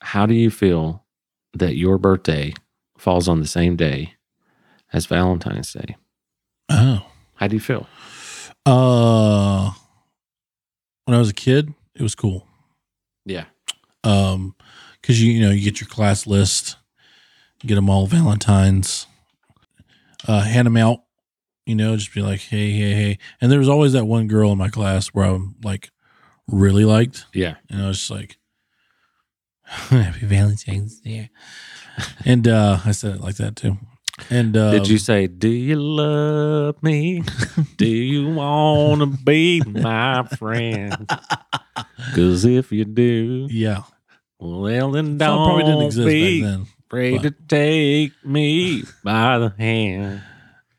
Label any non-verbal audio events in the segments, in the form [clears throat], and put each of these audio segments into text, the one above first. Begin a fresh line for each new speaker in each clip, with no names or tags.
How do you feel that your birthday falls on the same day as Valentine's Day?
Oh.
How do you feel?
Uh, when I was a kid, it was cool.
Yeah.
Um, because you you know you get your class list, get them all Valentines, uh, hand them out. You know, just be like, hey, hey, hey. And there was always that one girl in my class where I'm like, really liked,
Yeah.
and I was just like, [laughs] happy Valentine's Day. and uh, I said it like that too. And uh,
Did you say, Do you love [laughs] me? Do you want to be my [laughs] friend? Because if you do,
Yeah,
well, then
That
don't
probably didn't exist
be
back then.
afraid to take me by the hand.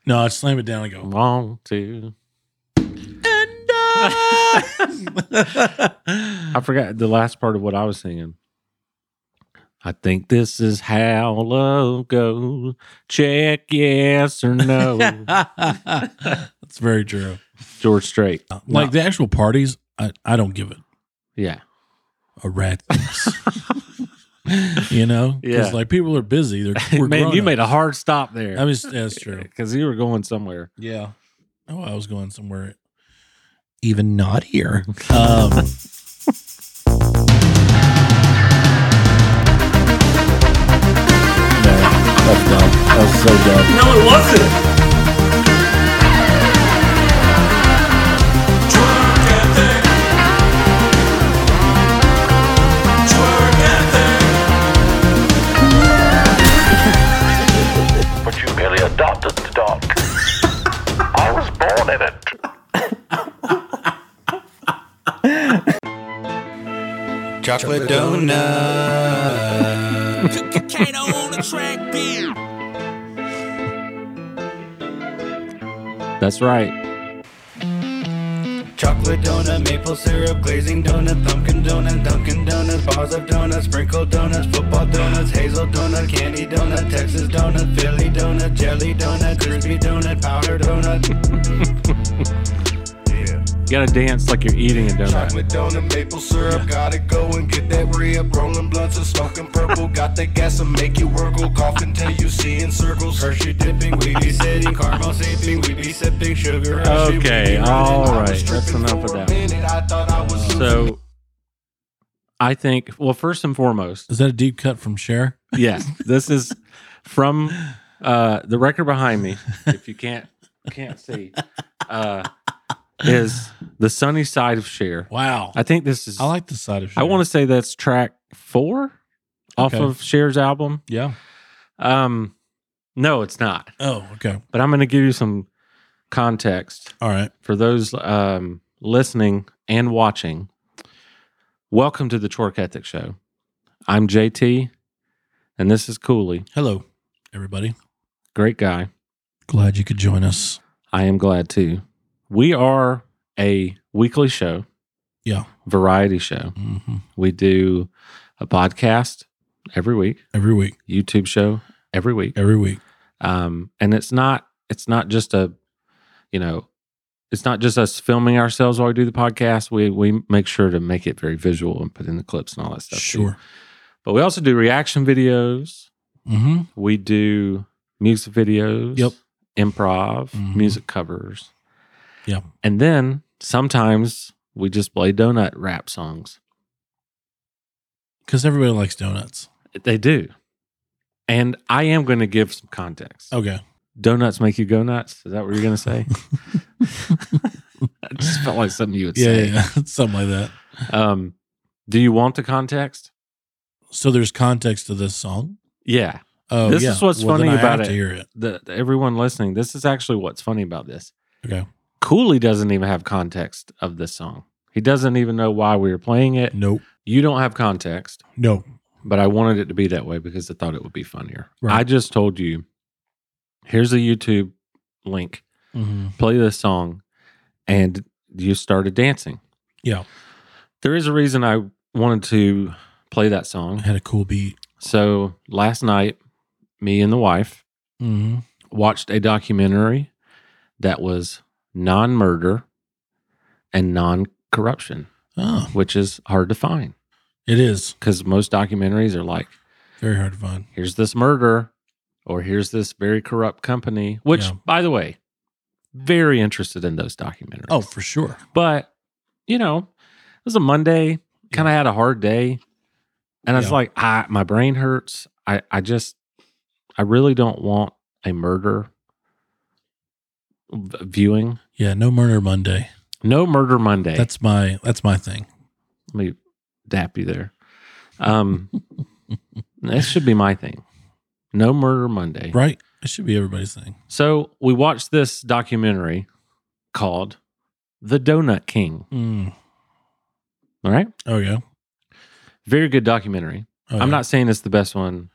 No, I'd slam it down and go.
Long to.
Mm.
I forgot the last part of what I was singing. I think this is how love goes. Check yes or
[laughs]
no.
That's very true.
George Strait.
Like the actual parties, I, I don't give it
Yeah.
a rat's ass. you know,
Yeah.
like people are
[laughs]
busy. They're we're
Man, you made a
grown-ups.
hard stop there.
I mean, that's true.
Because you were going somewhere.
Yeah. Oh, I was going somewhere even naughtier. Um,
That's dumb. That's so dumb.
No, it wasn't. Twerk ethic. Twerk ethic.
but you merely adopted the dog. I was born in it.
Chocolate donut.
Kato on the track, bam.
That's right.
Chocolate donut, maple syrup, glazing donut, pumpkin donut, Dunkin' donuts, bars of donuts, sprinkled donuts, football donuts, hazel donut, candy donut, Texas donut, Philly donut, jelly donut, crispy donut, powder donut. yeah.
You got to dance like you're eating a donut.
Chocolate donut, maple syrup, gotta go and get that re-up. Rolling blunts and smoking purple, got the gas and make you workle. Cough until you see in circles. Hershey dipping, we be sitting, caramel sipping, we be sipping sugar. Hershey, we be
Okay,
running.
all
I was
right, that's
tripping
enough of
for a
that.
minute, I thought I was
So I think, well, first and foremost,
is that a deep cut from Cher?
yeah, this is from uh, the record behind me. If you can't can't see, uh, is the sunny side of Cher.
Wow. I,
I think this is. I,
like the side of Cher.
want to say that's track four off
Okay.
of Cher's album.
Yeah.
Um, no, it's not.
Oh, okay.
But I'm going to give you some context
All right.
for those um, listening and watching. Welcome to the Chork Ethic Show. I'm JT, and this is Cooley.
Hello, everybody.
Great guy.
Glad you could join us.
I am glad too. We are a weekly show.
Yeah.
Variety show.
hmm
We do a podcast every week,
Every week.
YouTube show every week.
Every week.
Um, and it's not it's not just a you know, it's not just us filming ourselves while we do the podcast. We we make sure to make it very visual and put in the clips and all that stuff. too.
sure.
But we also do reaction videos.
Mm-hmm.
We do music videos,
Yep.
improv,
Mhm.
music covers.
Yep.
And then sometimes we just play donut rap songs.
Because everybody likes donuts.
They do. And I am going to give some context.
Okay.
Donuts make you go nuts. Is that what you're going to
[laughs]
say? [laughs] I just felt like something you would
Yeah, yeah,
say.
yeah. [laughs] Something like that.
Um, do you want the context?
So there's context to this song.
Yeah.
Oh,
This
yeah.
is what's
then
funny
I
about
have
it.
To hear it.
the, the- everyone listening, this is actually what's funny about this.
Okay.
Cooley doesn't even have context of this song. He doesn't even know why we were playing it.
Nope.
You don't have context,
No.
but I wanted it to be that way because I thought it would be funnier.
Right.
I just told you, here's a YouTube link.
Mm-hmm.
Play this song, and you started dancing.
Yeah.
There is a reason I wanted to play that song.
Had a cool beat.
So last night, me and the wife
Mm-hmm.
watched a documentary that was non murder and non corruption,
Oh,
which is hard to find.
It is
because most documentaries are like,
very hard to find.
here's this murder or here's this very corrupt company, which,
Yeah.
by the way, very interested in those documentaries.
Oh, for sure.
but you know, it was a Monday, kind of had a hard day. And I was
Yeah.
like, I, my brain hurts. I, I just, I really don't want a murder v- viewing.
Yeah, no murder Monday.
No murder Monday.
That's my that's my thing.
Let me dap you there.
[laughs]
Um, that should be my thing. No murder Monday.
Right? It should be everybody's thing.
So we watched this documentary called The Donut King.
Mm.
All right.
Oh yeah.
Very good documentary.
Oh,
I'm
yeah.
not saying it's the best one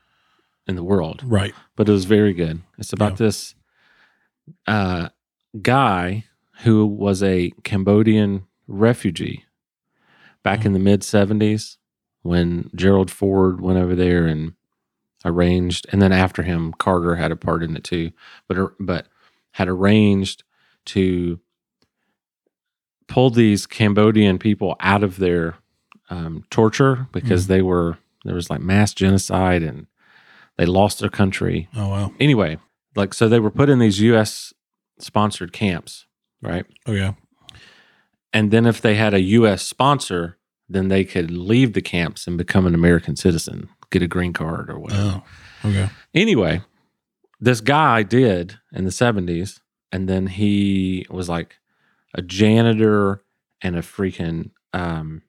in the world,
right.
but it was very good. It's about
Yeah.
this uh, guy who was a Cambodian refugee back in the mid 70s when Gerald Ford went over there and arranged, and then after him, Carter had a part in it too, but er, but had arranged to pull these Cambodian people out of their um, torture because they were there was like mass genocide and they lost their country.
Oh wow.
Anyway, like so they were put in these U.S. sponsored camps, right?
Oh yeah.
And then if they had a U.S. sponsor, then they could leave the camps and become an American citizen, get a green card or whatever.
Oh. Okay.
Anyway, this guy did in the 70s. And then he was like a janitor and a freaking um,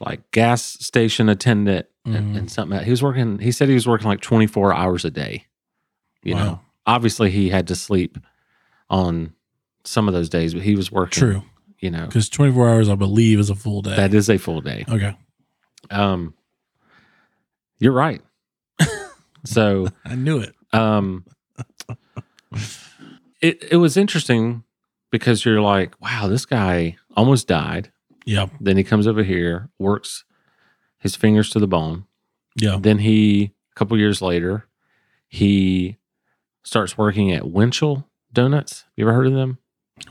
like gas station attendant and,
Mhm.
and something. He was working, he said he was working like 24 hours a day. You
Wow.
know, obviously he had to sleep on some of those days, but he was working.
True.
You know,
Because 24 hours, I believe, is a full day.
that is a full day.
okay.
Um, you're
[laughs]
right. so
I knew it.
um it it was interesting because you're like wow this guy almost died
Yeah.
then he comes over here works his fingers to the bone
Yeah.
then he a couple years later he starts working at winchell donuts you ever heard of them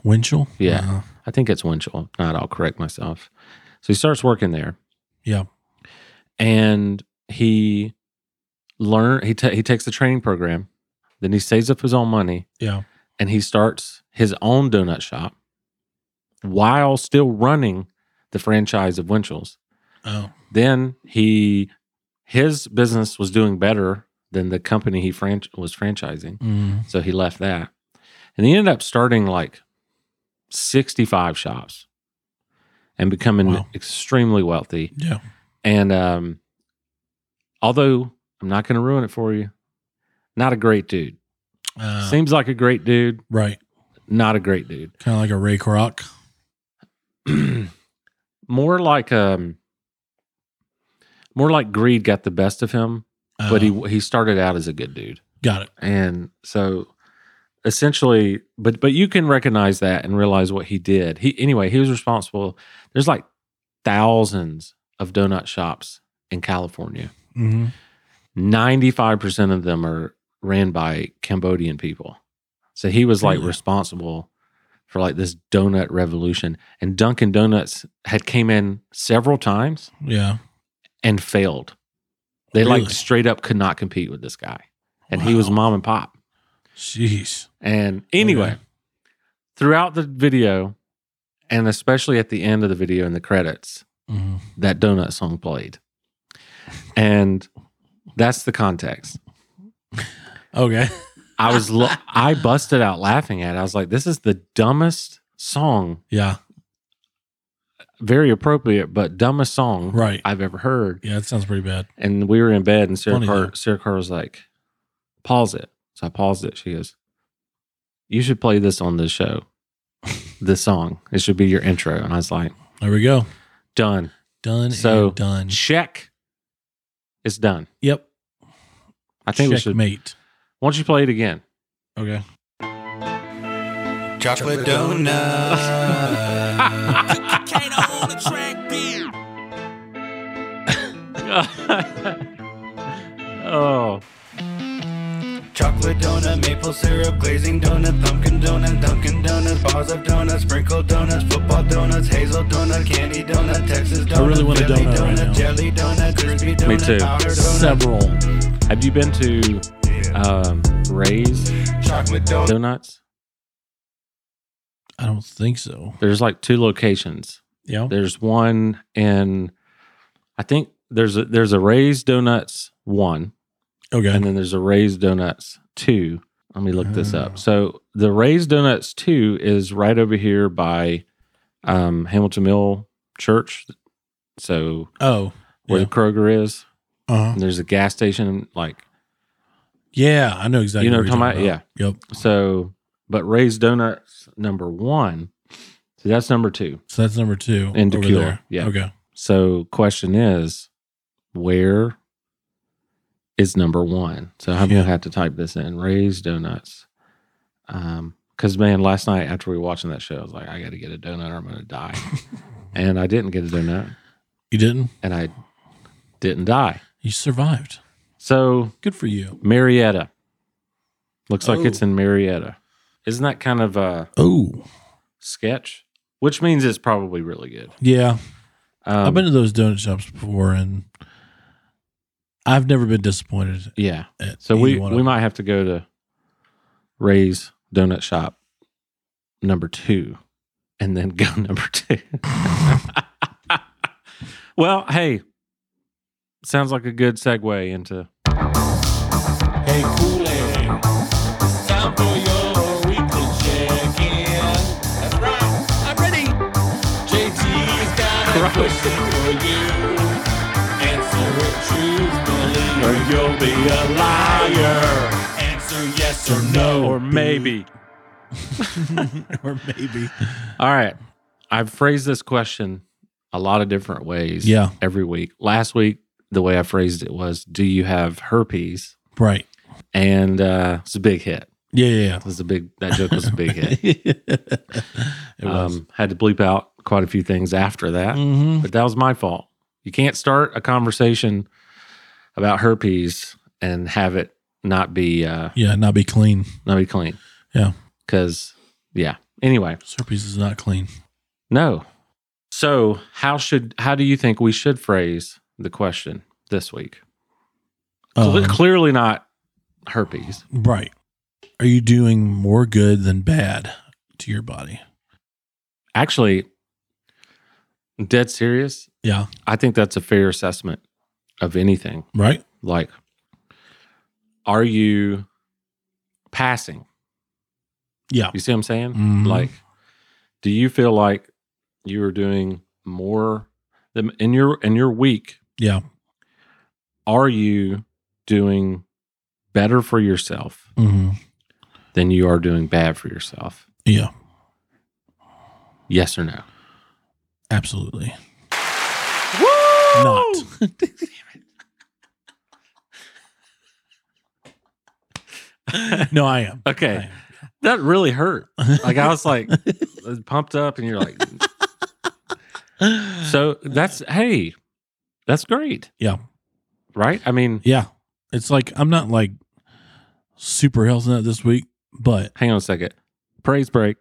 Winchell?
Yeah.
Uh-huh.
i think it's winchell if not i'll correct myself so he starts working there
Yeah.
and he learn he, ta he takes the training program then he saves up his own money
Yeah.
and he starts his own donut shop while still running the franchise of Winchell's.
Oh.
Then he his business was doing better than the company he franch- was franchising,
Mm.
so he left that, and he ended up starting like sixty five shops and becoming
Wow.
extremely wealthy.
Yeah.
And um, although I'm not going to ruin it for you, not a great dude.
Uh,
Seems like a great dude,
Right.
not a great dude. [clears throat]
Kind of like a Ray Kroc.
more like um more like greed got the best of him
Uh,
but he he started out as a good dude
got it.
and so essentially but but you can recognize that and realize what he did he anyway he was responsible there's like thousands of donut shops in california
hmm
95% of them are ran by cambodian people so he was like
Really?
responsible for like this donut revolution and dunkin donuts had came in several times
Yeah.
and failed they like
Really?
straight up could not compete with this guy and he was
Wow.
mom and pop
Jeez.
and anyway
Okay.
throughout the video and especially at the end of the video in the credits
Mhm.
that donut song played and that's the context
Okay. [laughs]
I was lo- I busted out laughing at. it. I was like, "This is the dumbest song,
Yeah.
very appropriate, but dumbest song
Right.
I've ever heard."
Yeah. That sounds pretty bad.
And we were in bed, and Sarah
Funny,
Carr,
though.
Sarah Carr was like, "Pause it." So I paused it. She goes, "You should play this on the show. This song. It should be your intro." And I was like,
There we go.
"Done.
Done.
So-
and done.
Check. It's done.
Yep.
I think we should.
Checkmate.
Why don't you play it again?"
Okay.
Chocolate donut.
Kato on the track, bam.
oh,
Chocolate donut, maple syrup, glazing donut, pumpkin donut, Dunkin' donuts, bars of donuts, sprinkled donuts, football donuts, hazel donut, candy donut, Texas donut,
really want a
Philly
donut right now.
jelly donut, crispy donut,
too.
powder donut,
Several.
Have you been to um, Ray's
chocolate donut.
Donuts?
I don't think so.
There's like two locations.
Yeah.
There's one in, I think there's a, there's a Ray's Donuts one,
Okay.
and then there's a Ray's Donuts two. Let me look this
Oh.
up. So the Ray's Donuts two is right over here by um, Hamilton Mill Church. So
Oh.
where
Yeah.
the Kroger is,
Uh-huh.
and there's a gas station like
Yeah, I know exactly.
You know
what
what I'm
you're
talking about?
about. Yep.
So, but Ray's Donuts number one. So that's number two.
So that's number two
In
over
Tequila,
there.
yeah.
Okay.
So question is, where is number one? So I'm
Yeah.
gonna have to type this in Ray's Donuts. Um, because man, last night after we were watching that show, I was like, I got to get a donut or I'm gonna
[laughs]
die. and I didn't get a donut,
You didn't?
and I didn't die.
You survived.
So
Good for you.
Marietta looks like it's
Oh.
in Marietta. Isn't that kind of uh
Oh.
sketch, which means it's probably really good.
Yeah.
Um,
I've been to those donut shops before and I've never been disappointed
yeah.
at
So we
either one of
we
them.
might have to go to Ray's Donut Shop number two, and then go [laughs] number two. well, hey, sounds like a good segue into
Hey, Kool-Aid. It's time for your weekly check-in. That's right. I'm ready. JT's got a question for you. Answer it truthfully or you'll be a liar. Answer yes or no.
or maybe.
[laughs] or maybe.
All right, I've phrased this question a lot of different ways.
Yeah.
every week. Last week, the way I phrased it was, "Do you have herpes?"
Right.
And uh, it's a big hit.
Yeah, yeah,
It was a big that joke was a big
yeah.
hit.
it was.
Um, had to bleep out quite a few things after that,
Mhm.
but that was my fault. You can't start a conversation about herpes and have it not be uh,
Yeah, not be clean.
not be clean.
Yeah.
because yeah. Anyway,
Herpes is not clean.
no. So how should how do you think we should phrase the question this week? Cle-
Um,
clearly not herpes.
Right. Are you doing more good than bad to your body?
Actually, dead serious.
Yeah.
I think that's a fair assessment of anything.
Right?
like are you passing
Yeah.
you see what i'm saying
Mhm.
like do you feel like you are doing more than in your in your week
Yeah.
are you doing better for yourself
hmm
than you are doing bad for yourself
Yeah.
yes or no
Absolutely. Not. no, I am. I
okay
am.
that really hurt like i was
[laughs]
like uh, pumped up and you're like so that's hey that's great
Yeah.
right i mean
Yeah. It's like I'm not like super healthy nut this week, but
Hang on a second. Praise break.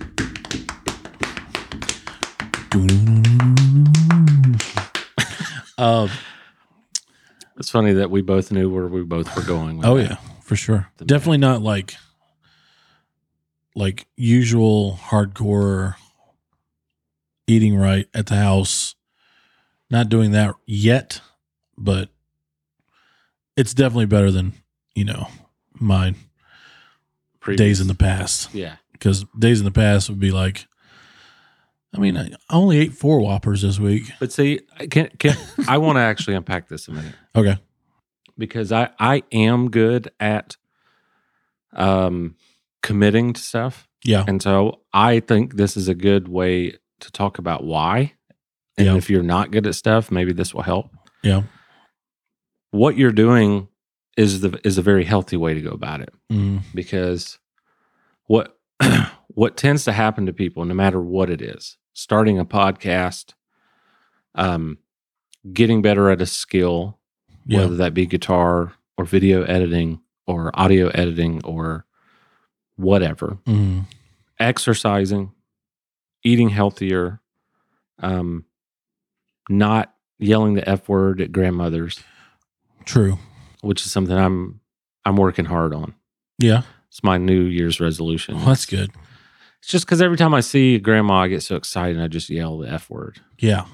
[laughs] Um,
uh,
It's funny that we both knew where we both were going. with
oh
that.
yeah, for sure.
The
Definitely not like like usual hardcore eating right at the house. Not doing that yet, but it's definitely better than, you know, my
Previous.
days in the past.
yeah.
because days in the past would be like, I mean, I I only ate four Whoppers this week.
But see, I can can I want to actually unpack this a minute
Okay.
because I I am good at um committing to stuff,
Yeah.
and so I think this is a good way to talk about why. And
Yeah.
if you're not good at stuff, maybe this will help.
Yeah.
What you're doing is the is a very healthy way to go about it.
Mm,
because what [clears throat] what tends to happen to people no matter what it is starting a podcast um getting better at a skill,
Yeah.
whether that be guitar or video editing or audio editing or whatever,
Mm.
exercising, eating healthier, um, not yelling the F word at grandmothers,
True.
which is something I'm I'm working hard on.
Yeah.
It's my New Year's resolution.
Well, that's good.
It's just because every time I see a grandma, I get so excited and I just yell the F word.
Yeah.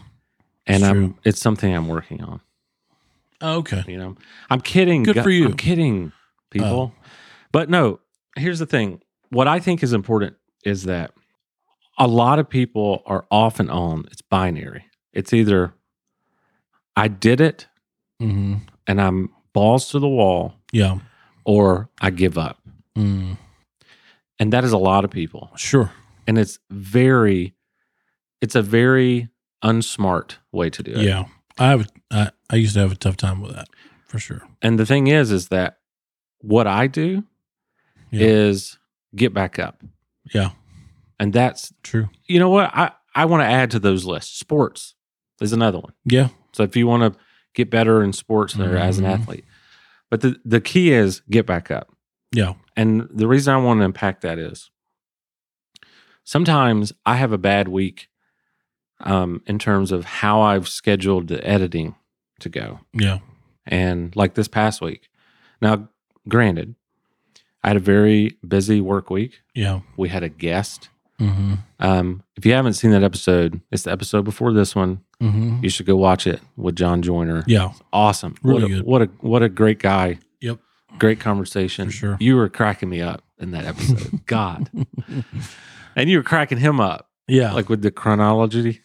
And
It's
I'm,
true.
it's something I'm working on.
Oh, okay.
You know, I'm kidding.
Good
gu-
for you. Oh.
I'm kidding, people. But no, here's the thing. What I think is important is that a lot of people are off and on. It's binary. It's either I did it
hmm
and I'm balls to the wall,
Yeah.
or I give up.
Mm.
And that is a lot of people.
Sure.
And it's very, it's a very unsmart way to do it.
Yeah. I have. a- I I used to have a tough time with that for sure.
And the thing is, is that what I do
Yeah.
is get back up.
Yeah.
And that's
True.
you know what I I want to add to those lists. Sports is another one.
Yeah.
So if you want to get better in sports or as an
Mhm.
athlete, but the the key is get back up.
Yeah.
And the reason I want to unpack that is sometimes I have a bad week um, in terms of how I've scheduled the editing to go.
Yeah.
And like this past week. Now, granted, I had a very busy work week.
Yeah.
We had a guest.
Mm-hmm.
Um, if you haven't seen that episode, it's the episode before this one.
Mm-hmm.
You should go watch it with John Joyner.
Yeah.
Awesome. what,
Really
a,
good.
what a what a great guy.
Yep.
Great conversation.
For sure.
You were cracking me up in that
[laughs]
episode. God. And you were cracking him up,
Yeah.
like with the chronology.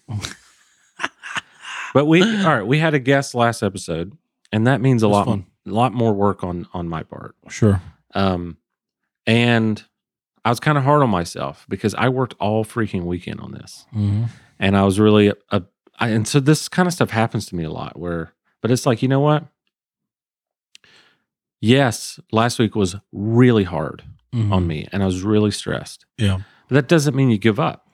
[laughs] but we all right, we had a guest last episode, and that means a
That's
lot
fun.
a lot more work on on my part.
sure.
Um and I was kind of hard on myself because I worked all freaking weekend on this
Mm-hmm.
and I was really a, a I, and so this kind of stuff happens to me a lot where but it's like you know what yes last week was really hard
Mm-hmm.
on me and I was really stressed
Um, Yeah.
but that doesn't mean you give up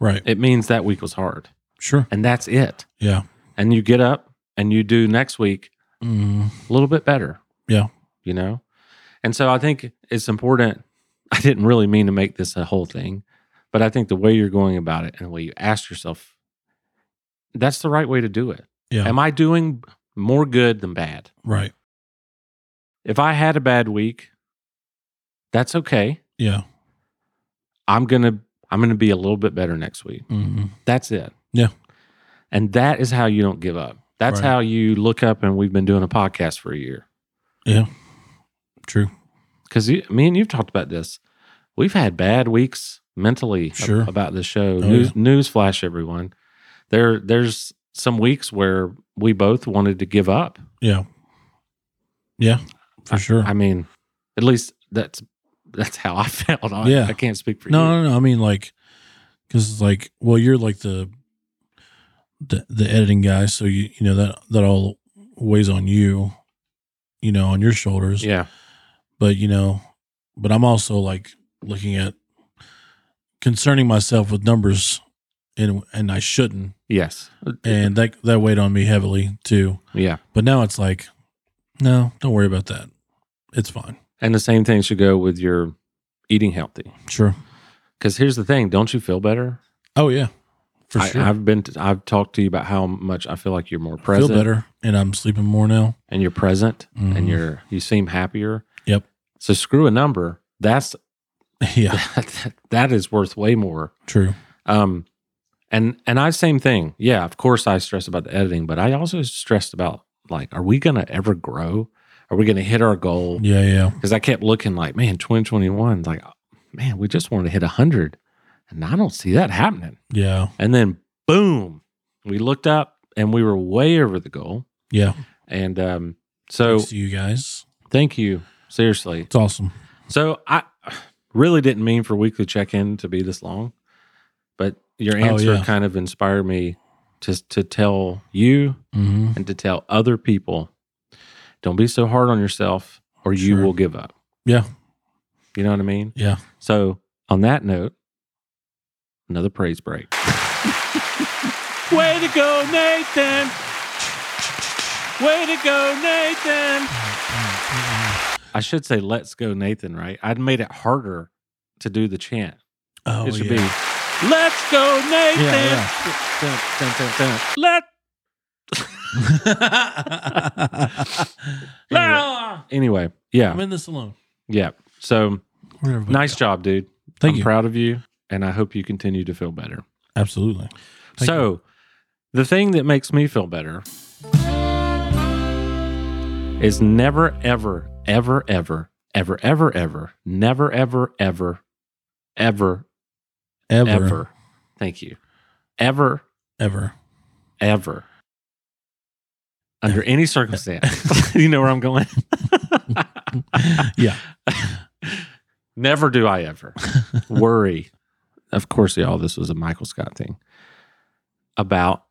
Right.
it means that week was hard
Sure.
and that's it
Yeah.
and you get up and you do next week
Mm-hmm.
a little bit better
Yeah.
you know and so I think it's important I didn't really mean to make this a whole thing but I think the way you're going about it and the way you ask yourself that's the right way to do it
Yeah.
Am I doing more good than bad?
right.
If I had a bad week, that's okay.
Yeah.
I'm going to I'm going to be a little bit better next week.
Mm-hmm.
That's it.
Yeah.
And that is how you don't give up. That's
Right.
how you look up and we've been doing a podcast for a year.
True.
Cuz me and you've talked about this. We've had bad weeks mentally ab-
Sure.
about the show.
Oh,
news news flash everyone. There there's some weeks where we both wanted to give up.
Yeah. Yeah. For sure.
I mean, at least that's that's how [laughs] I felt. I,
Yeah.
I can't speak for you.
no, no, no. I mean, like, because like, well, you're like the the the editing guy, so you you know that that all weighs on you, you know, on your shoulders.
Yeah.
But you know, but I'm also like looking at concerning myself with numbers, and and I shouldn't,
Yes.
and that that weighed on me heavily too.
yeah.
But now it's like, no, don't worry about that. It's fine.
And the same thing should go with your eating healthy.
Sure.
Because here's the thing: don't you feel better?
Oh yeah, for
I,
sure.
I've been. i I've talked to you about how much I feel like you're more
feel
present
better, and I'm sleeping more now.
and you're present
Mhm.
and you're you seem happier.
Yep.
So screw a number. That's [laughs]
[laughs] yeah.
that, that is worth way more.
True.
Um, and and I same thing. Yeah, of course I stress about the editing, but I also stressed about like, are we gonna ever grow? Are we gonna hit our goal?
Yeah, yeah.
Because I kept looking like, man, 2021, like, man, we just wanted to hit hundred, and I don't see that happening.
Yeah.
And then boom, we looked up and we were way over the goal.
Yeah.
And um, so
Thanks to you guys.
thank you seriously.
It's awesome.
So I really didn't mean for weekly check in to be this long, but your
Oh,
answer
yeah.
kind of inspired me to to tell you
Mm-hmm.
and to tell other people, don't be so hard on yourself, or you
Sure.
will give up.
Yeah.
You know what I mean?
Yeah.
So on that note, [laughs] another praise break. Way to go, Nathan! Way to go, Nathan! I should say, let's go, Nathan, right? I'd made it harder to do the chant.
Oh,
it should
yeah.
be, let's go, Nathan!
Yeah,
Dun, dun, dun, dun. Let,
Anyway,
anyway, yeah,
[laughs] I'm in this alone.
yeah. So
Where'd everybody
nice
go?
job, dude.
Thank
I'm
you.
proud of you, and I hope you continue to feel better.
Absolutely. Thank
so, the thing that makes me feel better is never, ever, ever, ever, ever, ever, ever, never, ever, ever, ever,
Ever.
ever.
Ever.
Thank you. Ever, ever. Under any circumstance. [laughs] you know where I'm going?
Yeah.
Never do I ever worry. Of course, all this was a Michael Scott thing about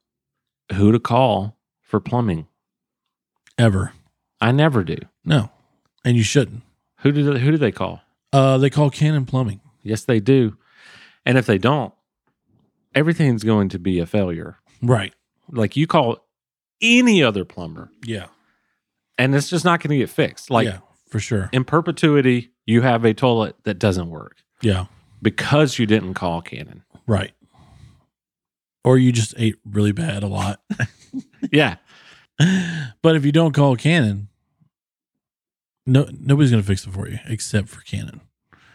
who to call for plumbing.
Ever.
I never do.
No. And you shouldn't.
Who do they, who do they call?
Uh, they call Cannon Plumbing.
Yes, they do. And if they don't, everything's going to be a failure.
Right.
Like you call any other plumber,
Yeah.
and it's just not going to get fixed. Like
yeah, for sure.
in perpetuity, you have a toilet that doesn't work
Yeah.
because you didn't call Canon.
[laughs] Right. Or you just ate really bad a lot.
Yeah,
[laughs] but if you don't call Cannon, no nobody's gonna fix it for you except for Cannon.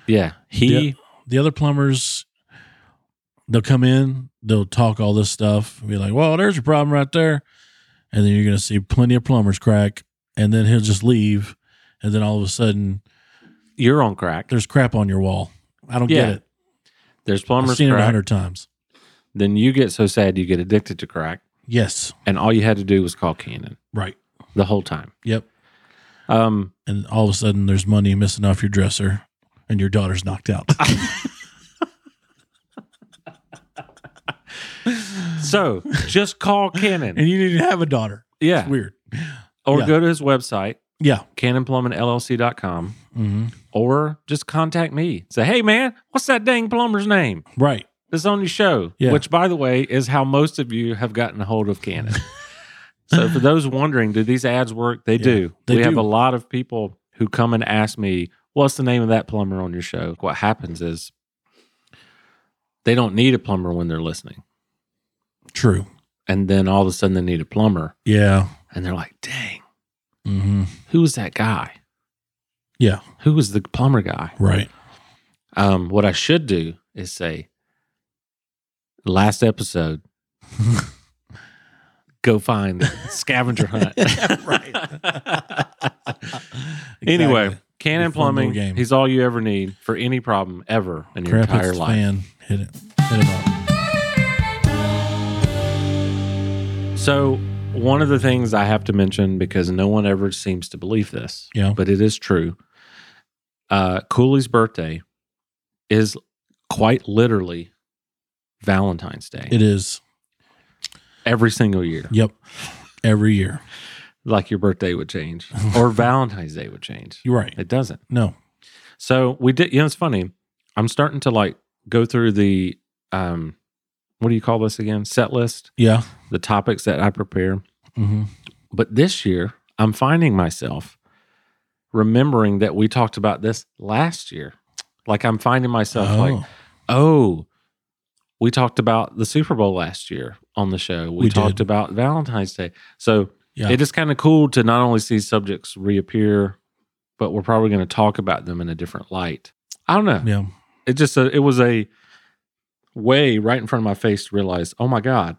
yeah. He
Yeah. the other plumbers they'll come in they'll talk all this stuff be like well there's your problem right there and then you're going to see plenty of plumbers crack and then he'll just leave and then all of a sudden
you're on crack.
there's crap on your wall i don't
Yeah,
get it
There's
i've
plumbers
seen it a
crack.
hundred times
Then you get so sad you get addicted to crack,
yes
and all you had to do was call Canon
right
the whole time.
yep
Um,
and all of a sudden there's money missing off your dresser and your daughter's
[laughs]
knocked out [laughs]
so just call Canon.
and you didn't have a daughter
Yeah,
it's weird
or
yeah.
go to his website
yeah
canonplumbingllc.com
hmm
or just contact me. Say, hey man, what's that dang plumber's name?
right
That's on your show.
Yeah.
Which by the way is how most of you have gotten a hold of Canon. [laughs] so for those wondering, do these ads work? They
Yeah,
do.
they
we have a
do.
lot of people who come and ask me, what's the name of that plumber on your show? What happens is they don't need a plumber when they're listening.
true
And then all of a sudden they need a plumber
yeah
and they're like, dang,
hmm
who was that guy?
yeah
Who was the plumber guy?
right
Um, what I should do is say, last
[laughs]
episode, go find scavenger hunt.
[laughs]
[laughs] Anyway,
Exactly.
Cannon
Your fun little
Plumbing,
game.
he's all you ever need for any problem ever in your
Crap hits
entire
the
life.
fan. Hit it. Hit it up.
So, one of the things I have to mention because no one ever seems to believe this,
Yeah.
but it is true. Uh, Cooley's birthday is quite literally Valentine's Day
It is.
every single year.
Yep. Every year.
like your birthday would change or Valentine's Day would change.
You're right.
It doesn't.
No.
So we did. You know, it's funny. I'm starting to like go through the um, what do you call this again? Set list,
Yeah.
the topics that I prepare.
Mm-hmm.
But this year, I'm finding myself remembering that we talked about this last year. Like I'm finding myself like, oh, we talked about the Super Bowl last year on the show. We,
We
talked
did.
about Valentine's Day. So
yeah.
it is kind of cool to not only see subjects reappear, but we're probably going to talk about them in a different light. I don't know.
yeah.
It just a, it was a way right in front of my face to realize, oh my god,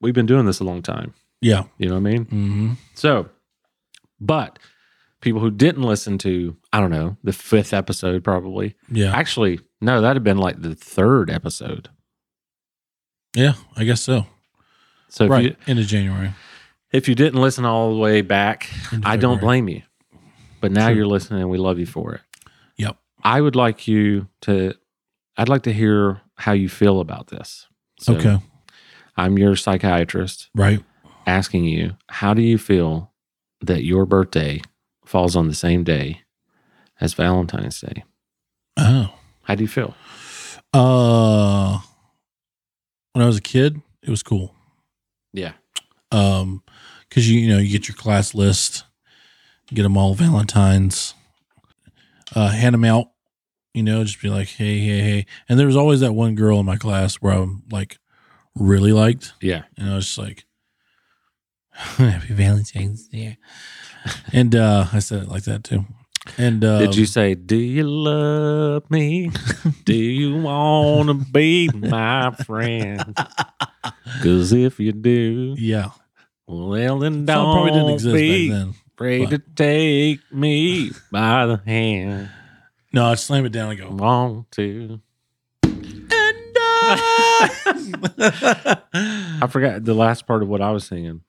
we've been doing this a long time.
Yeah.
You know what I mean?
Mm-hmm.
So, but people who didn't listen to, I don't know, the fifth episode probably.
Yeah.
Actually, no, that'd have been like the third episode.
yeah. I guess so.
So if
right.
you
End of January.
if you didn't listen all the way back,
Into
I don't
February.
blame you. But now
True.
you're listening and we love you for it.
Yep.
I would like you to, I'd like to hear how you feel about this. So
okay.
I'm your psychiatrist
Right.
asking you, how do you feel that your birthday falls on the same day as Valentine's Day?
Oh.
How do you feel?
Uh. When I was a kid, it was cool.
Yeah.
um because you you know you get your class list get them all valentines uh hand them out you know just be like hey hey hey and there was always that one girl in my class where i'm like really liked
Yeah.
and i was just like [laughs] happy valentine's day and uh i said it like that too and uh
Did you say, Do you love [laughs] me? Do you want to be my [laughs] friend? Because if you do,
yeah
well, then
So it
don't
probably didn't exist
be
back then
afraid to take me by the hand.
no i'd slam it down and go
Want to. uh, [laughs] I forgot the last part of what I was singing.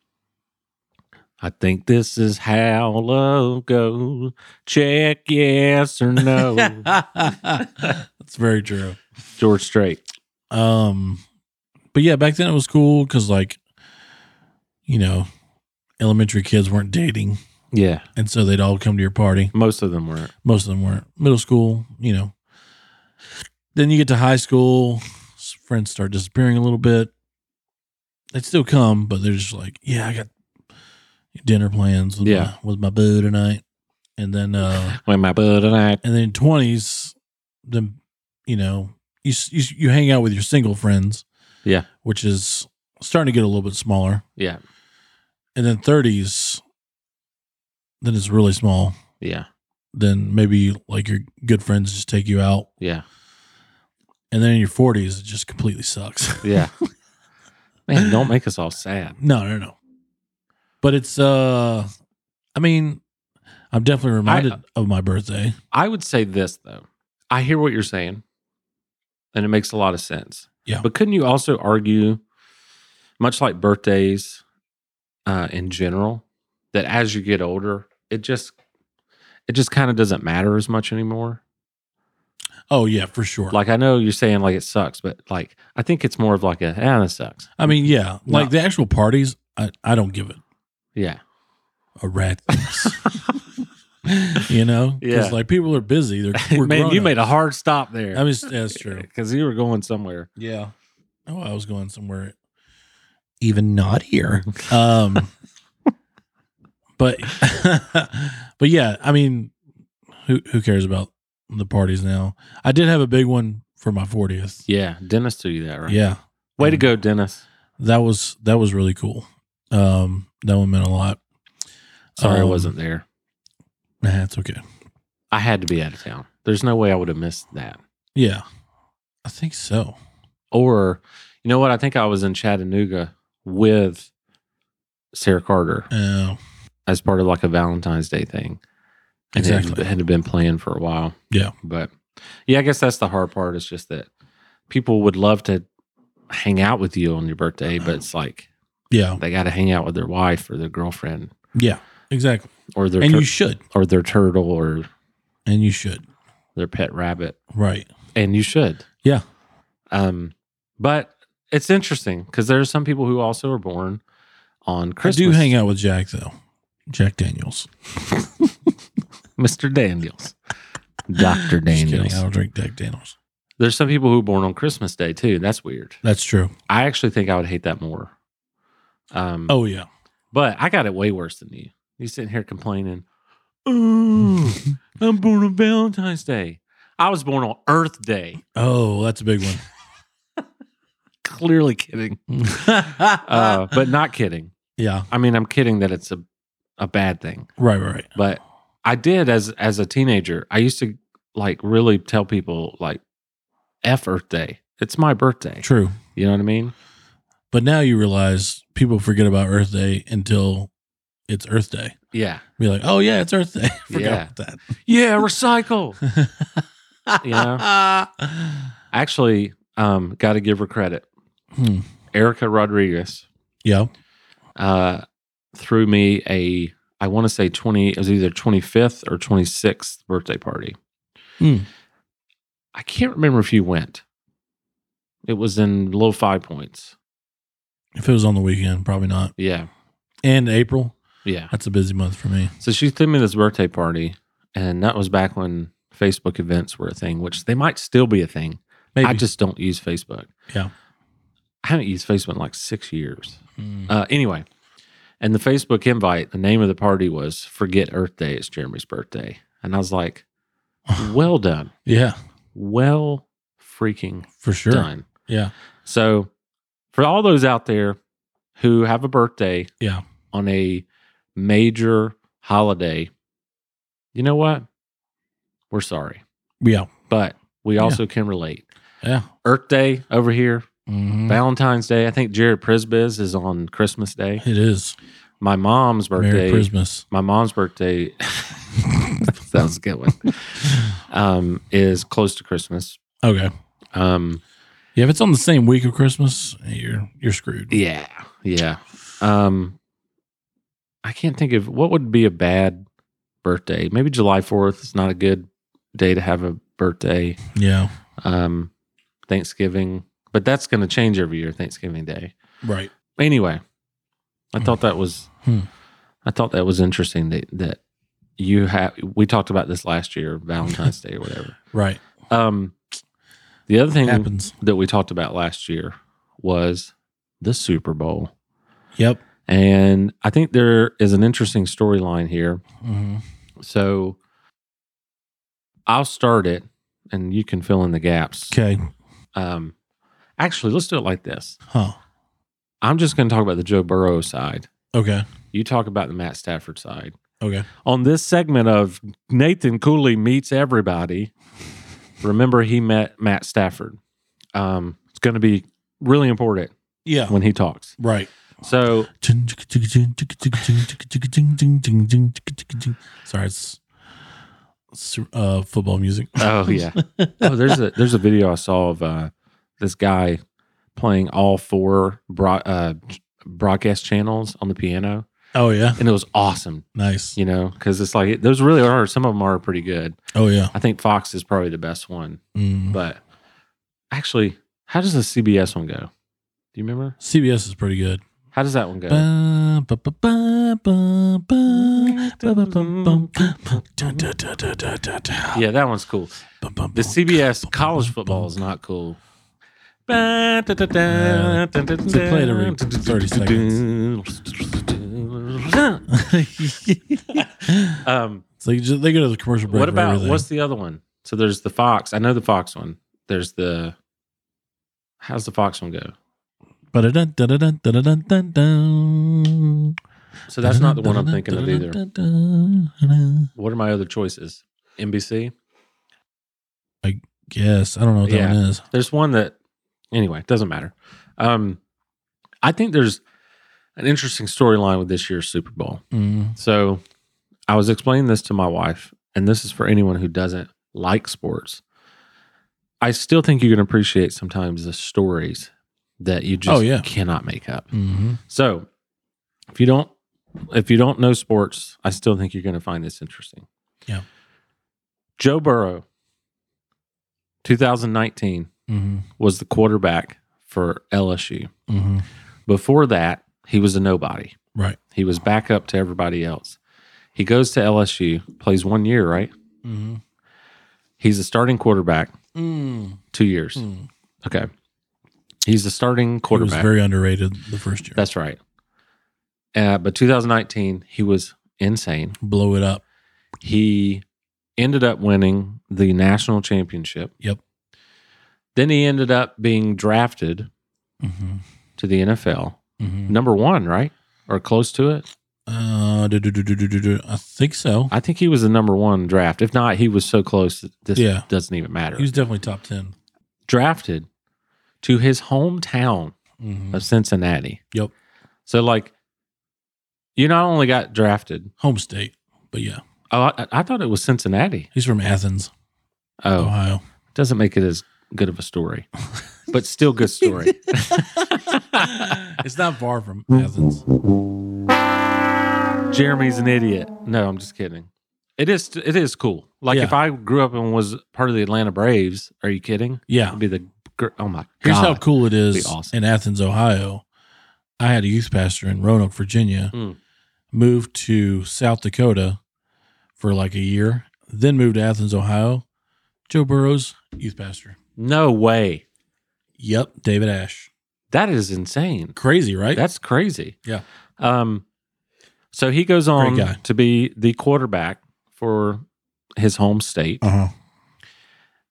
I think this is how love goes. Check yes or no. [laughs]
that's very true
George Strait.
Um, but yeah, back then it was cool because like, you know, elementary kids weren't dating,
Yeah,
and so they'd all come to your party.
most of them were.
Most of them weren't. Middle school, you know. Then you get to high school, s- friends start disappearing a little bit. They still come, but they're just like, yeah, I got dinner plans with
Yeah.
my, with my boo tonight, and then uh,
When my bud and I,
and then twenties, then you know you, s- you s- you hang out with your single friends,
Yeah.
which is starting to get a little bit smaller,
yeah,
and then thirties, then it's really small.
yeah,
Then maybe like your good friends just take you out,
yeah,
and then in your forties, it just completely sucks.
[laughs]
[laughs]
yeah. Man, don't make us all sad.
no, no, no. But it's uh, I mean, I'm definitely reminded of my birthday.
I would say this though. I hear what you're saying, and it makes a lot of sense.
Yeah.
But couldn't you also argue, much like birthdays, uh, in general, that as you get older, it just it just kind of doesn't matter as much anymore.
Oh yeah, for sure.
Like I know you're saying like it sucks, but like I think it's more of like a ah, that sucks.
I mean, yeah, like
No.
the actual parties, I, I don't give it.
Yeah.
a rat thinks. [laughs] you know?
Yeah.
Because like people are busy. They're
[laughs]
we're
Man, you
grown-ups.
made a hard stop there.
I mean, that's true.
Because you were going somewhere.
Yeah. Oh, I was going somewhere even naughtier. [laughs] Um but [laughs] but yeah, I mean, who who cares about the parties now? I did have a big one for my 40th.
Yeah. Dennis threw you that, right?
Yeah.
Way to go, Dennis.
That was that was really cool. Um that one meant a lot.
Sorry I
Um,
wasn't there.
Nah, it's okay.
I had to be out of town. There's no way I would have missed that.
Yeah. I think so.
Or, you know what? I think I was in Chattanooga with Sarah Carter
Uh,
as part of like a Valentine's Day thing. And
Exactly.
It had been planned for a while.
Yeah.
But yeah, I guess that's the hard part. It's just that people would love to hang out with you on your birthday, but it's like
Yeah.
they got to hang out with their wife or their girlfriend
Yeah. Exactly.
or their
And
tur-
you should.
or their turtle or
And you should.
their pet rabbit.
Right.
And you should.
Yeah.
Um, but it's interesting because there are some people who also are born on Christmas.
I do hang out with Jack though. Jack
[laughs]
Daniels.
Mr. Daniels, Dr.
[laughs] Just kidding. I
Daniels.
don't drink Jack Daniels.
There's some people who are born on Christmas Day too. That's weird.
That's true.
I actually think I would hate that more. Um,
Oh yeah.
but I got it way worse than you. You sitting here complaining,
[laughs]
oh, I'm born on Valentine's Day. I was born on Earth Day.
Oh, that's a big one.
Clearly kidding. [laughs] uh, but not kidding.
Yeah.
I mean, I'm kidding that it's a, a bad thing,
Right, right, right.
but I did as as a teenager. I used to like really tell people like, "F Earth Day, it's my birthday."
True.
You know what I mean?
But now you realize people forget about Earth Day until it's Earth Day.
Yeah,
Be like, oh yeah, it's Earth Day. [laughs] Forgot
Yeah.
about that.
yeah. [laughs] Recycle. you know, actually, um, got to give her credit.
Hmm.
Erica Rodriguez
[laughs] Yeah.
uh, threw me a I want to say twenty. It was either twenty fifth or twenty sixth birthday party.
Hmm.
I can't remember if you went. It was in low five points.
If it was on the weekend, probably not.
Yeah,
And April,
yeah.
that's a busy month for me.
So she threw me this birthday party, and that was back when Facebook events were a thing, which they might still be a thing.
Maybe.
I just don't use Facebook.
Yeah.
I haven't used Facebook in like six years.
Hmm.
Uh, anyway, And the Facebook invite, the name of the party was Forget Earth Day, it's Jeremy's birthday. And I was
[sighs]
like, well done.
Yeah,
Well freaking
for sure.
done.
Yeah.
So for all those out there who have a birthday
Yeah.
on a major holiday, you know what? We're sorry.
Yeah.
But we
Yeah.
also can relate.
Yeah.
Earth Day over here,
Mhm.
Valentine's Day. I think Jared Prisbiz is on Christmas Day.
It is.
My mom's
Merry
birthday.
Christmas. [laughs]
my mom's birthday. [laughs] that was a good one. Um, is close to Christmas.
Okay.
Um,
Yeah, if it's on the same week of Christmas, you're you're screwed.
yeah, yeah. Um, I can't think of what would be a bad birthday. Maybe July Fourth is not a good day to have a birthday.
Yeah.
Um, Thanksgiving, but that's going to change every year. Thanksgiving Day.
Right.
Anyway, I thought that was.
Hmm.
I thought that was interesting that that you have. We talked about this last year, Valentine's Day or whatever.
Right.
Um, the other thing
Happens.
that we talked about last year was the Super Bowl,
Yep.
and I think there is an interesting storyline here.
hmm
So I'll start it, and you can fill in the gaps.
Okay.
Um, actually, let's do it like this.
Huh.
I'm just going to talk about the Joe Burrow side.
Okay.
You talk about the Matt Stafford side.
Okay.
On this segment of Nathan Cooley meets everybody, remember he met Matt Stafford. Um, it's going to be really important
Yeah.
when he talks.
Right.
So
Sorry, it's it's, uh, football music.
Oh, yeah. oh, there's a there's a video I saw of uh, this guy playing all four broad, uh, broadcast channels on the piano,
oh yeah,
and it was awesome.
nice.
You know, because it's like those really are some of them are pretty good.
Oh yeah,
I think Fox is probably the best one,
mm.
but actually, how does the CBS one go? Do you remember?
CBS is pretty good.
How does that one go?
Ba, ba, ba, ba, ba, ba, ba, ba, ba, ba. Da, da, da, da, da, da, da.
Yeah, that one's cool.
Ba, ba,
The
ba.
CBS college football is not cool. They
They play
play
it every 30
seconds. um,
[laughs] So you just, they go to the commercial break.
what
for
about
everything.
what's the other one? So there's the Fox. I know the Fox one. There's the how's the Fox one go?
Ba-da-dun, da-da-dun, da-da-dun, dun-dun.
So that's not the one I'm thinking of either.
either.
What are my other choices? NBC.
Yes, I don't know what that
Yeah.
one is.
There's one that anyway, it doesn't matter. Um, I think there's an interesting storyline with this year's Super Bowl.
Mm.
So I was explaining this to my wife, and this is for anyone who doesn't like sports. I still think you can appreciate sometimes the stories that you just
Oh, yeah.
cannot make up.
hmm
So if you don't if you don't know sports, I still think you're going to find this interesting.
Yeah.
Joe Burrow 2019
hmm
was the quarterback for LSU.
hmm
Before that, he was a nobody.
Right.
He was back up to everybody else. He goes to LSU, plays one year, right?
hmm
He's a starting quarterback,
Mm.
two years.
Mm.
Okay. He's the starting
He was
quarterback.
very underrated the first year.
That's right. Uh, but 2019, he was insane.
Blow it up.
He ended up winning the national championship.
Yep.
Then he ended up being drafted
hmm
to the NFL,
hmm
number one, right? Or close to it.
Uh, do, do, do, do, do, do, do. I think so.
I think he was the number one draft. If not, he was so close. that This
Yeah.
doesn't even matter.
He was definitely top 10
drafted to his hometown
Mhm.
of Cincinnati.
Yep.
So like, you not only got drafted.
home state, but yeah,
Oh, I, I thought it was Cincinnati.
he's from Athens,
Oh,
Ohio.
doesn't make it as good of a story, but still good story. [laughs]
It's not far from Athens.
Jeremy's an idiot. No, I'm just kidding. It is. It is cool. Like
Yeah.
if I grew up and was part of the Atlanta Braves, are you kidding?
Yeah.
It'd be the. gr- Oh my god.
Here's how cool it is
Be awesome.
in Athens, Ohio. I had a youth pastor in Roanoke, Virginia,
Mm.
moved to South Dakota for like a year, then moved to Athens, Ohio. Joe Burrow's youth pastor.
No way.
Yep, David Ash.
That is insane.
Crazy, right?
That's crazy.
Yeah.
Um, So he goes on
guy.
to be the quarterback for his home state.
Uh huh.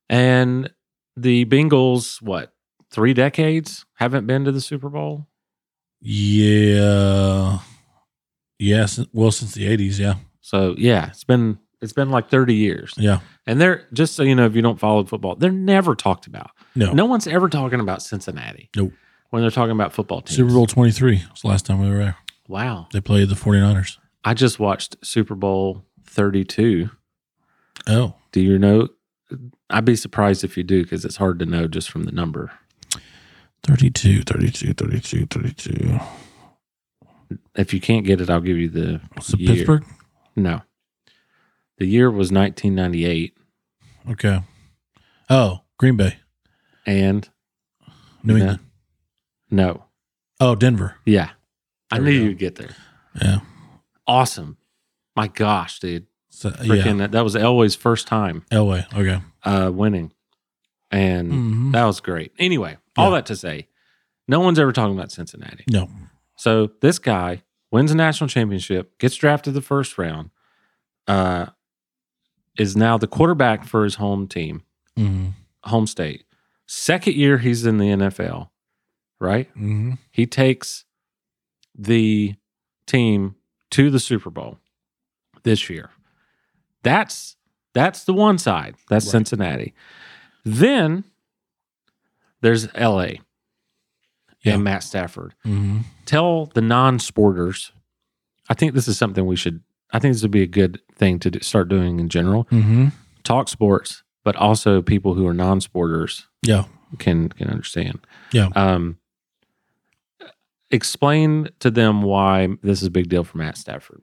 And the Bengals, what, three decades haven't been to the Super Bowl?
Yeah. Yes. Well, since the eighties. Yeah.
So yeah, it's been it's been like 30 years.
Yeah.
And they're just so you know, if you don't follow football, they're never talked about.
No.
No one's ever talking about Cincinnati.
Nope.
When they're talking about football teams.
Super Bowl twenty three was the last time we were there.
Wow.
They played the 49ers.
I just watched Super Bowl 32.
Oh.
Do you know? I'd be surprised if you do because it's hard to know just from the number.
32, 32, 32, 32.
If you can't get it, I'll give you the
Was it
year.
Pittsburgh?
No. The year was 1998
Okay. Oh, Green Bay.
and
New
No.
England.
no.
Oh, Denver.
Yeah. I
There
knew
we go.
you'd get there.
Yeah.
Awesome. My gosh, dude.
So, yeah.
Freaking that, that was Elway's first time
Elway. Okay.
uh winning. And
Mhm.
that was great. Anyway, all
Yeah.
that to say, no one's ever talking about Cincinnati.
No.
So this guy wins a national championship, gets drafted the first round, uh, is now the quarterback for his home team,
Mm-hmm.
home state. Second year he's in the NFL, right?
Mm-hmm.
He takes the team to the Super Bowl this year. That's that's the one side. That's
Right.
Cincinnati. Then there's LA
Yeah.
and Matt Stafford
Mm-hmm.
tell the non-sporters i think this is something we should i think this would be a good thing to do, start doing in general
Mm-hmm.
talk sports but also people who are non-sporters
Yeah.
can can understand
Yeah.
um explain to them why this is a big deal for matt stafford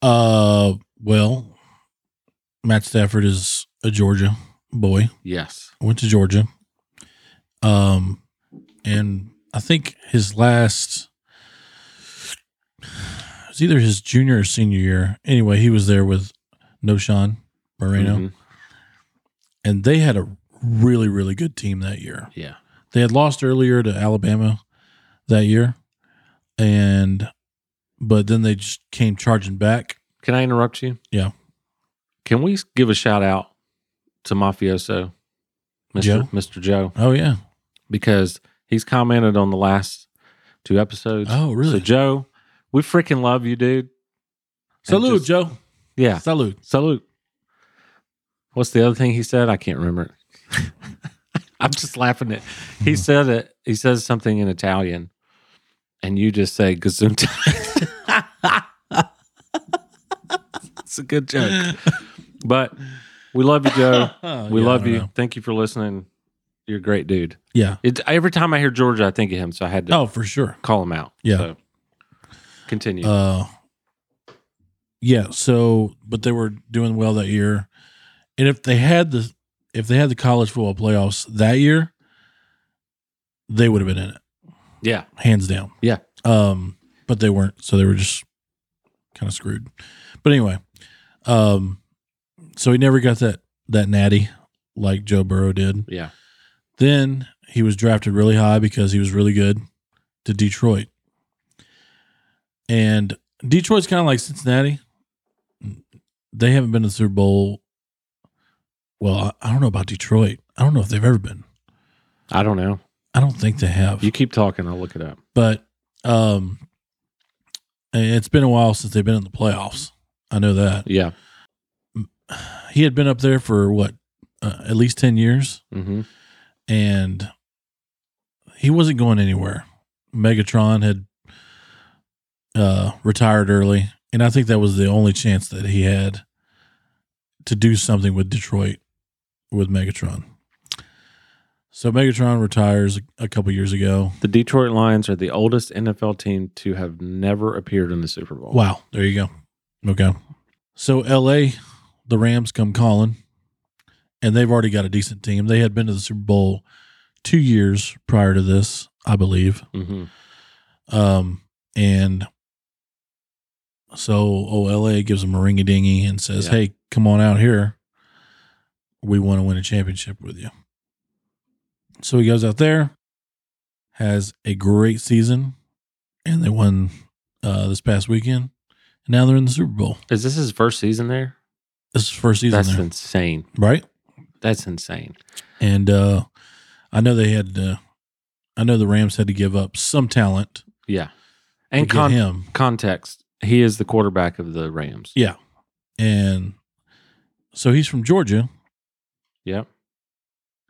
Uh, well, Matt Stafford is a Georgia boy.
yes
Went to Georgia. Um, and I think his last it was either his junior or senior year. Anyway, he was there with No Sean Moreno,
Mhm.
and they had a really, really good team that year.
yeah
They had lost earlier to Alabama that year, and but then they just came charging back.
can i interrupt you
Yeah.
can we give a shout out to mafioso mr
Joe?
mr joe
Oh yeah,
because he's commented on the last two episodes
oh really?
So Joe, we freaking love you, dude. And
Salute,
just-
Joe.
Yeah.
Salute.
Salute. What's the other thing he said? I can't remember. [laughs] it. I'm just laughing at.
Mm-hmm.
He said it. He says something in Italian, and you just say "Gesundheit." [laughs] it's a good joke. But we love you,
[laughs]
Joe. We
Yeah, I
love
don't
you.
know.
Thank you for listening. You're a great dude.
Yeah.
It, every time I hear Georgia, I think of him, so I had to
Oh, for sure.
call him out.
Yeah.
So, continue.
Uh, yeah. So, but they were doing well that year, and if they had the if they had the college football playoffs that year, they would have been in it
yeah.
hands down.
Yeah.
Um, but they weren't, so they were just kind of screwed. But anyway, um, so he never got that that natty like Joe Burrow did.
Yeah.
Then he was drafted really high because he was really good to Detroit. And Detroit's kind of like Cincinnati. They haven't been to the Super Bowl. Well, I, I don't know about Detroit. I don't know if they've ever been.
I don't know.
I don't think they have.
You keep talking. I'll look it up.
But um it's been a while since they've been in the playoffs. I know that.
Yeah.
He had been up there for what? Uh, at least 10 years.
Mm-hmm.
and he wasn't going anywhere. Megatron had uh, retired early, and I think that was the only chance that he had to do something with Detroit with Megatron. So Megatron retires a couple years ago.
The Detroit Lions are the oldest NFL team to have never appeared in the Super Bowl.
Wow, there you go. Okay. So LA, the Rams come calling, and they've already got a decent team. They had been to the Super Bowl two years prior to this, I believe.
Mm-hmm.
Um, and so OLA gives him a ringy dingy and says,
Yeah.
Hey, come on out here. We want to win a championship with you. So he goes out there, has a great season, and they won uh, this past weekend. And now they're in the Super Bowl.
Is this his first season there?
This is first season
That's
there,
insane.
right?
That's insane.
And uh, I know they had. Uh, I know the Rams had to give up some talent
Yeah.
and
And con-
him,
context, he is the quarterback of the Rams.
Yeah. and so he's from Georgia,
Yep.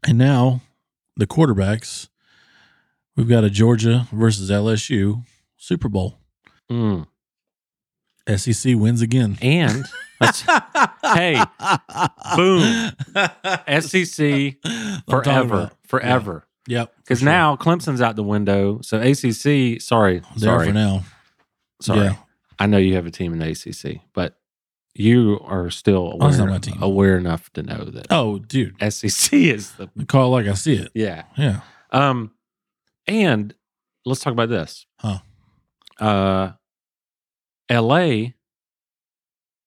and now the quarterbacks. We've got a Georgia versus LSU Super Bowl.
Mm.
SEC wins
[laughs]
again. [laughs]
And that's, hey, boom. SEC
[laughs] I'm talking
forever,
about-
forever.
Yep.
Because
Sure.
now Clemson's out the window. So ACC, sorry,
There
sorry,
for now.
sorry.
Yeah.
I know you have a team in the ACC, but you are still
Oh, it's not
aware,
my team.
aware enough to know that
Oh, dude.
SEC [laughs] is the
Call it like I see it.
yeah.
Yeah.
Um, and let's talk about this.
Huh.
Uh, L.A.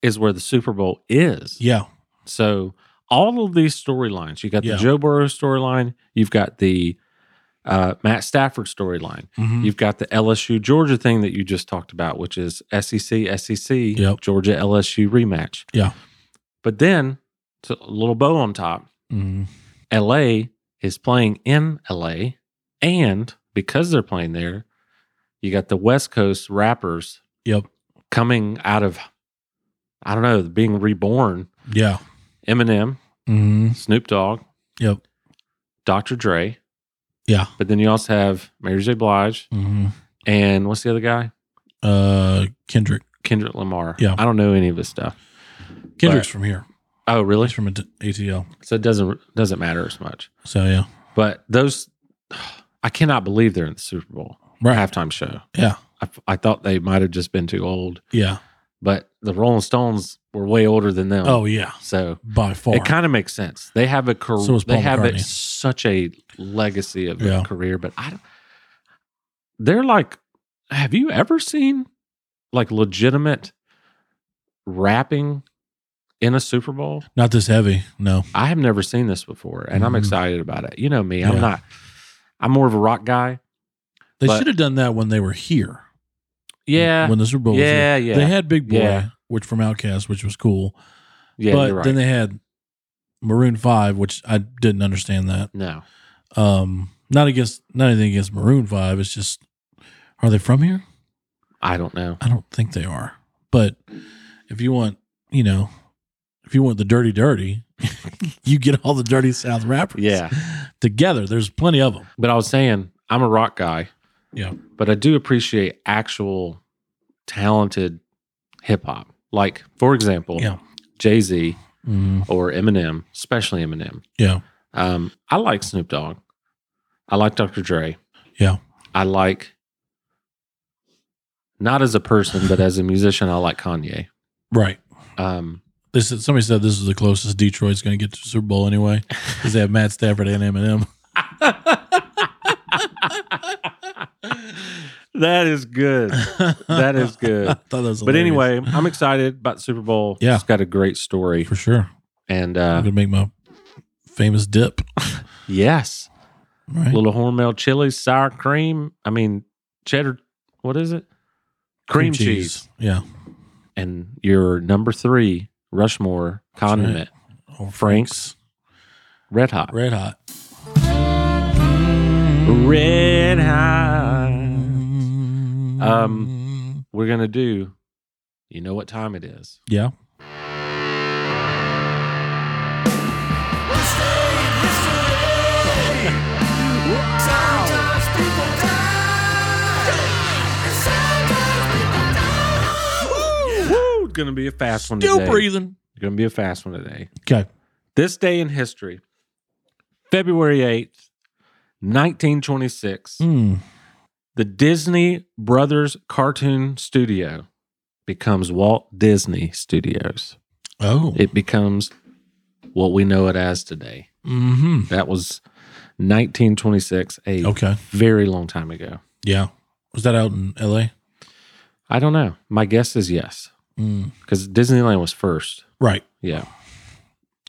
is where the Super Bowl is.
Yeah.
So all of these storylines, you got
Yeah.
the Joe Burrow storyline, you've got the uh, Matt Stafford storyline,
Mhm.
you've got the LSU Georgia thing that you just talked about, which is E SEC SEC
Yep.
Georgia LSU rematch.
Yeah.
but then to a little bow on top,
Mhm.
LA is playing in LA, and because they're playing there, you got the West Coast rappers
Yep.
coming out of I don't know being reborn.
Yeah.
Eminem,
Mhm.
Snoop Dogg,
Yep.
Dr. Dre.
Yeah.
But then you also have Mary J. Blige
Mhm.
and what's the other guy?
Uh, Kendrick.
Kendrick Lamar.
Yeah.
I don't know any of his stuff.
Kendrick's from here.
Oh, really?
He's from At- ATL.
So it doesn't doesn't matter as much.
So yeah.
But those, I cannot believe they're in the Super Bowl
Right.
halftime show.
Yeah.
I, I thought they might have just been too old,
Yeah.
but the Rolling Stones were way older than them.
Oh yeah.
so
By far.
It kind of makes sense. They have a career.
So is Paul
they have a,
McCartney.
such a legacy of
Yeah.
a career, but I don't. They're like, have you ever seen like legitimate rapping in a Super Bowl?
Not this heavy. No.
I have never seen this before, and I'm
Mhm.
excited about it. You know me; I'm
Yeah.
not. I'm more of a rock guy.
They
But-
should have done that when they were here.
Yeah,
When the Super Bowl. was here.
yeah, yeah,
They had Big Boy,
Yeah.
which from Outcast, which was cool.
yeah.
but
you're right.
then they had Maroon Five, which I didn't understand that.
no,
Um, not against, not anything against Maroon Five. It's just, are they from here?
I don't know.
I don't think they are. But if you want, you know, if you want the dirty, dirty, [laughs] you get all the dirty South rappers.
Yeah.
together. There's plenty of them.
But I was saying, I'm a rock guy.
Yeah.
But I do appreciate actual talented hip hop. Like, for example,
Yeah.
Jay Z
Mm,
or Eminem, especially Eminem.
yeah,
Um, I like Snoop Dogg. I like Dr. Dre.
Yeah.
I like, not as a person, but as a musician, I like Kanye.
right. [laughs]
Um, [laughs]
This is, somebody said this is the closest Detroit's going to get to the Super Bowl anyway because they have Matt Stafford and Eminem.
that is good. [laughs] That is good.
I thought that was
But
hilarious.
anyway, I'm excited about the Super Bowl.
Yeah.
It's got a great story.
for sure.
And
I'm
uh,
gonna make my famous dip.
yes,
Right?
little hormel chili, sour cream. I mean, cheddar. What is it? Cream, cheese.
Yeah.
and your number three Rushmore condiment,
Or
Frank's Red Hot.
Oh, Red Hot.
Red Hot.
Mm-hmm.
Um, We're gonna do. You know what time it is?
yeah.
Sometimes people die. And sometimes people die.
Woo! It's gonna be a fast one
Still
today.
breathing.
It's gonna be a fast one today.
Okay.
This day in history, February eighth, nineteen twenty six.
Mm.
The Disney Brothers Cartoon Studio becomes Walt Disney Studios.
Oh.
It becomes what we know it as today.
mm-hmm.
That was 1926, a
Okay.
very long time ago.
Yeah. Was that out in L.A.?
I don't know. My guess is yes,
Mm.
because Disneyland was first.
Right.
Yeah.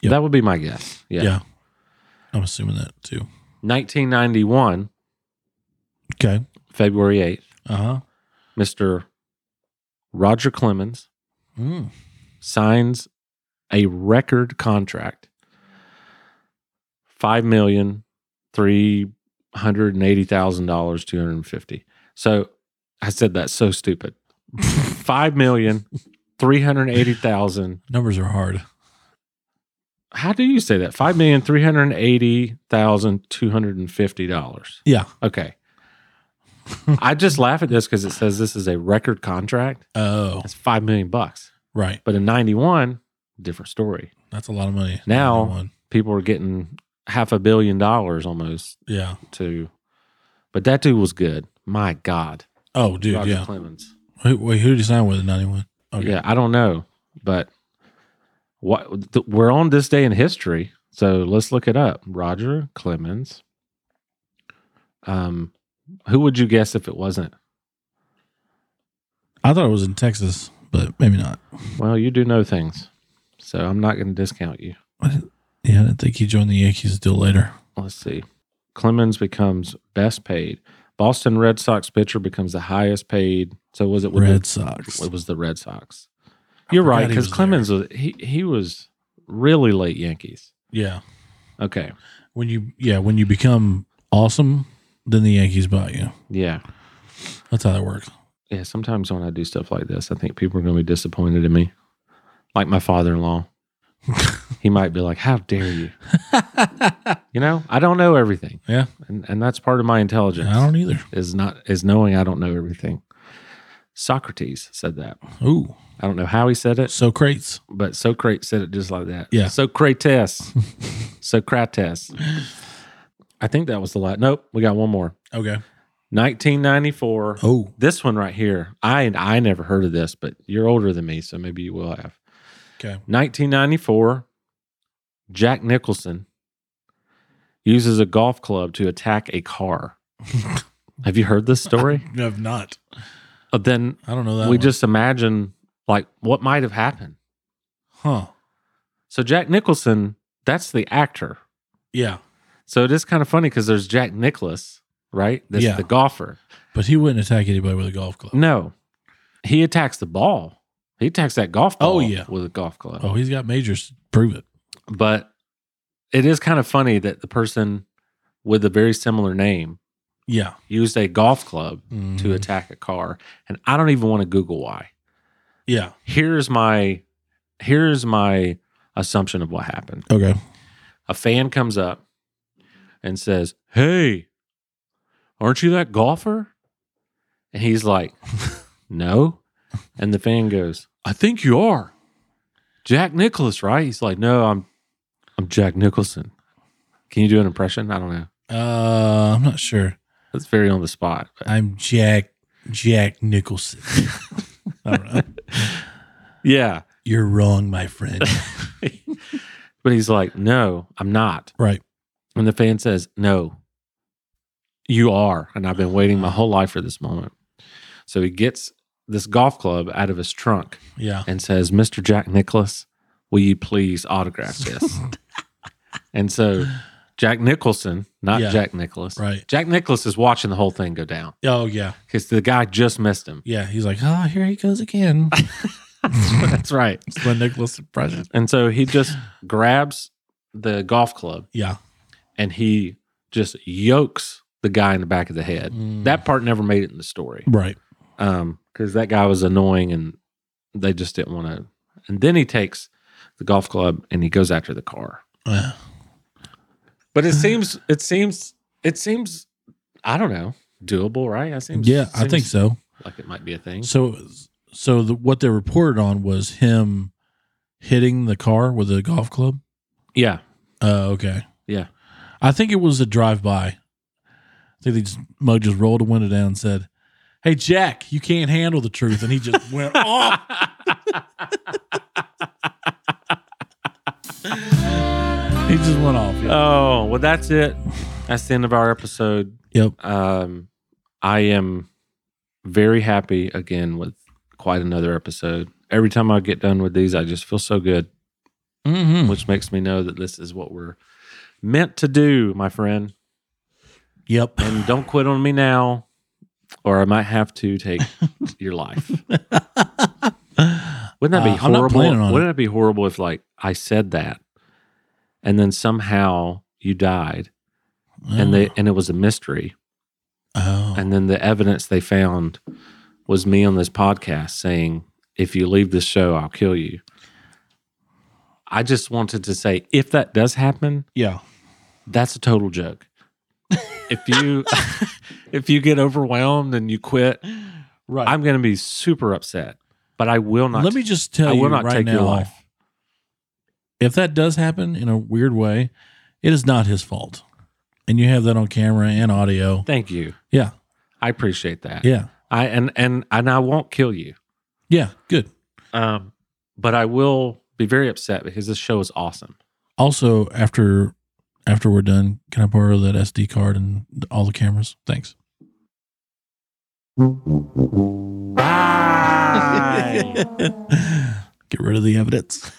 Yep.
That would be my guess. Yeah.
Yeah. I'm assuming that too.
1991,
Okay.
February 8th,
Uh huh.
Mr. Roger Clemens
Mm.
signs a record contract, five million three hundred and eighty thousand dollars, two hundred and fifty. So I said that's so stupid. five million three hundred eighty thousand.
Numbers are hard.
How do you say that? Five million three hundred eighty thousand two hundred and fifty dollars.
Yeah.
Okay. I just laugh at this because it says this is a record contract.
Oh,
That's five million bucks.
right.
But in ninety one, different story.
That's a lot of money.
Now-
Number one.
People were getting half a billion dollars almost
yeah.
to but that dude was good. My God.
Oh, dude,
Roger
yeah.
Clemens.
Who, wait, who did he sign with in '91? Okay.
Yeah, I don't know. But what th- we're on this day in history. So let's look it up. Roger Clemens. Um who would you guess if it wasn't?
I thought it was in Texas, but maybe not.
Well, you do know things. So I'm not going to discount you.
Yeah, I didn't think he joined the Yankees until later.
Let's see. Clemens becomes best paid. Boston Red Sox pitcher becomes the highest paid. So was it with
Red
the,
Sox.
It was the Red Sox. You're right
he
because
was
Clemens was he he was really late Yankees.
Yeah.
Okay,
When you yeah when you become awesome, then the Yankees buy you.
yeah,
That's how that works.
yeah. Sometimes when I do stuff like this, I think people are going to be disappointed in me. Like my
[laughs]
father-in-law, he might be like, "How dare you?" you know, I don't know everything.
Yeah.
and and that's part of my intelligence.
I don't either.
is not is knowing I don't know everything. Socrates said that.
Ooh,
I don't know how he said it,
Socrates.
but Socrates said it just like that.
Yeah. [laughs]
Socrates. Socrates. I think that was the last. Nope, we got one more.
Okay.
1994.
Oh,
This one right here. I I never heard of this, but you're older than me, so maybe you will have.
okay.
1994. Jack Nicholson uses a golf club to attack a
[laughs]
car. have you heard this story?
You have not.
Uh, then
I don't know [laughs] that.
we
one.
just imagine like what might have happened.
huh?
So Jack Nicholson, that's the actor.
Yeah,
So it is kind of funny because there's Jack Nicholas, right? That's
Yeah.
the golfer.
but he wouldn't attack anybody with a golf club.
No, he attacks the ball. He attacks that golf
Oh,
ball
yeah.
with a golf club.
Oh, he's got majors to prove it.
But it is kind of funny that the person with a very similar name
Yeah.
used a golf club to
Mhm.
attack a car. And I don't even want to Google why.
Yeah.
Here's my here's my assumption of what happened.
Okay.
a fan comes up and says, Hey, aren't you that golfer? And he's like, No. And the fan goes, I think you are. Jack Nicholas, right? He's like, No, I'm I'm Jack Nicholson. Can you do an impression? I don't know.
Uh, I'm not sure.
That's very on the spot. but-
I'm Jack Jack Nicholson. [laughs] I don't know.
yeah.
You're wrong, my friend. [laughs]
[laughs] but he's like, No, I'm not.
Right.
And the fan says, No, you are. And I've been waiting my whole life for this moment. So he gets this golf club out of his trunk
Yeah.
and says, Mr. Jack Nicholas, will you please autograph this? and so Jack Nicholson, not
Yeah.
Jack Nicholas,
Right.
Jack Nicholas is watching the whole thing go down
Oh yeah.
because the guy just missed him.
Yeah. He's like, oh, here he
[laughs]
goes again. [laughs]
That's right.
It's my Nicholas impression.
And so he just grabs the golf club
Yeah.
and he just yokes the guy in the back of the head.
Mm.
That part never made it in the story.
Right.
um because that guy was annoying and they just didn't want to and then he takes the golf club and he goes after the car
Uh,
but [laughs] it seems it seems it seems i don't know doable right that seems
yeah, I think
seems
so.
like it might be a thing
So, so the, what they reported on was him hitting the car with a golf club.
[laughs] yeah
Uh, okay.
Yeah.
I think it was a drive by. I think they just mug just rolled a window down and said, Hey Jack, you can't handle the truth. And he
[laughs]
just went
Oh,
off. he just went off. Yeah.
oh well that's it that's the end of our episode
Yep.
um i am very happy again with quite another episode every time i get done with these i just feel so good
Mm-hmm.
which makes me know that this is what we're meant to do, my friend.
Yep.
And
[laughs] [laughs]
don't quit on me now, or I might have to take your life. Wouldn't that be
Uh, I'm not
horrible?
planning on
Wouldn't it. be horrible if like I said that and then somehow you died and they and it was a mystery
oh,
and then the evidence they found was me on this podcast saying if you leave this show I'll kill you. I just wanted to say if that does happen,
yeah,
that's a total joke. if you [laughs] if you get overwhelmed and you quit,
right.
I'm going to be super upset. But I will not
Let me just tell
I
you
will not
right
take
now,
your life.
if that does happen in a weird way, it is not his fault, and you have that on camera and audio.
Thank you.
Yeah,
I appreciate that.
yeah,
I and and and I won't kill you.
yeah. Good.
Um, but I will be very upset because this show is awesome.
Also, after after we're done, can I borrow that SD card and all the cameras? Thanks. [laughs] Get rid of the evidence.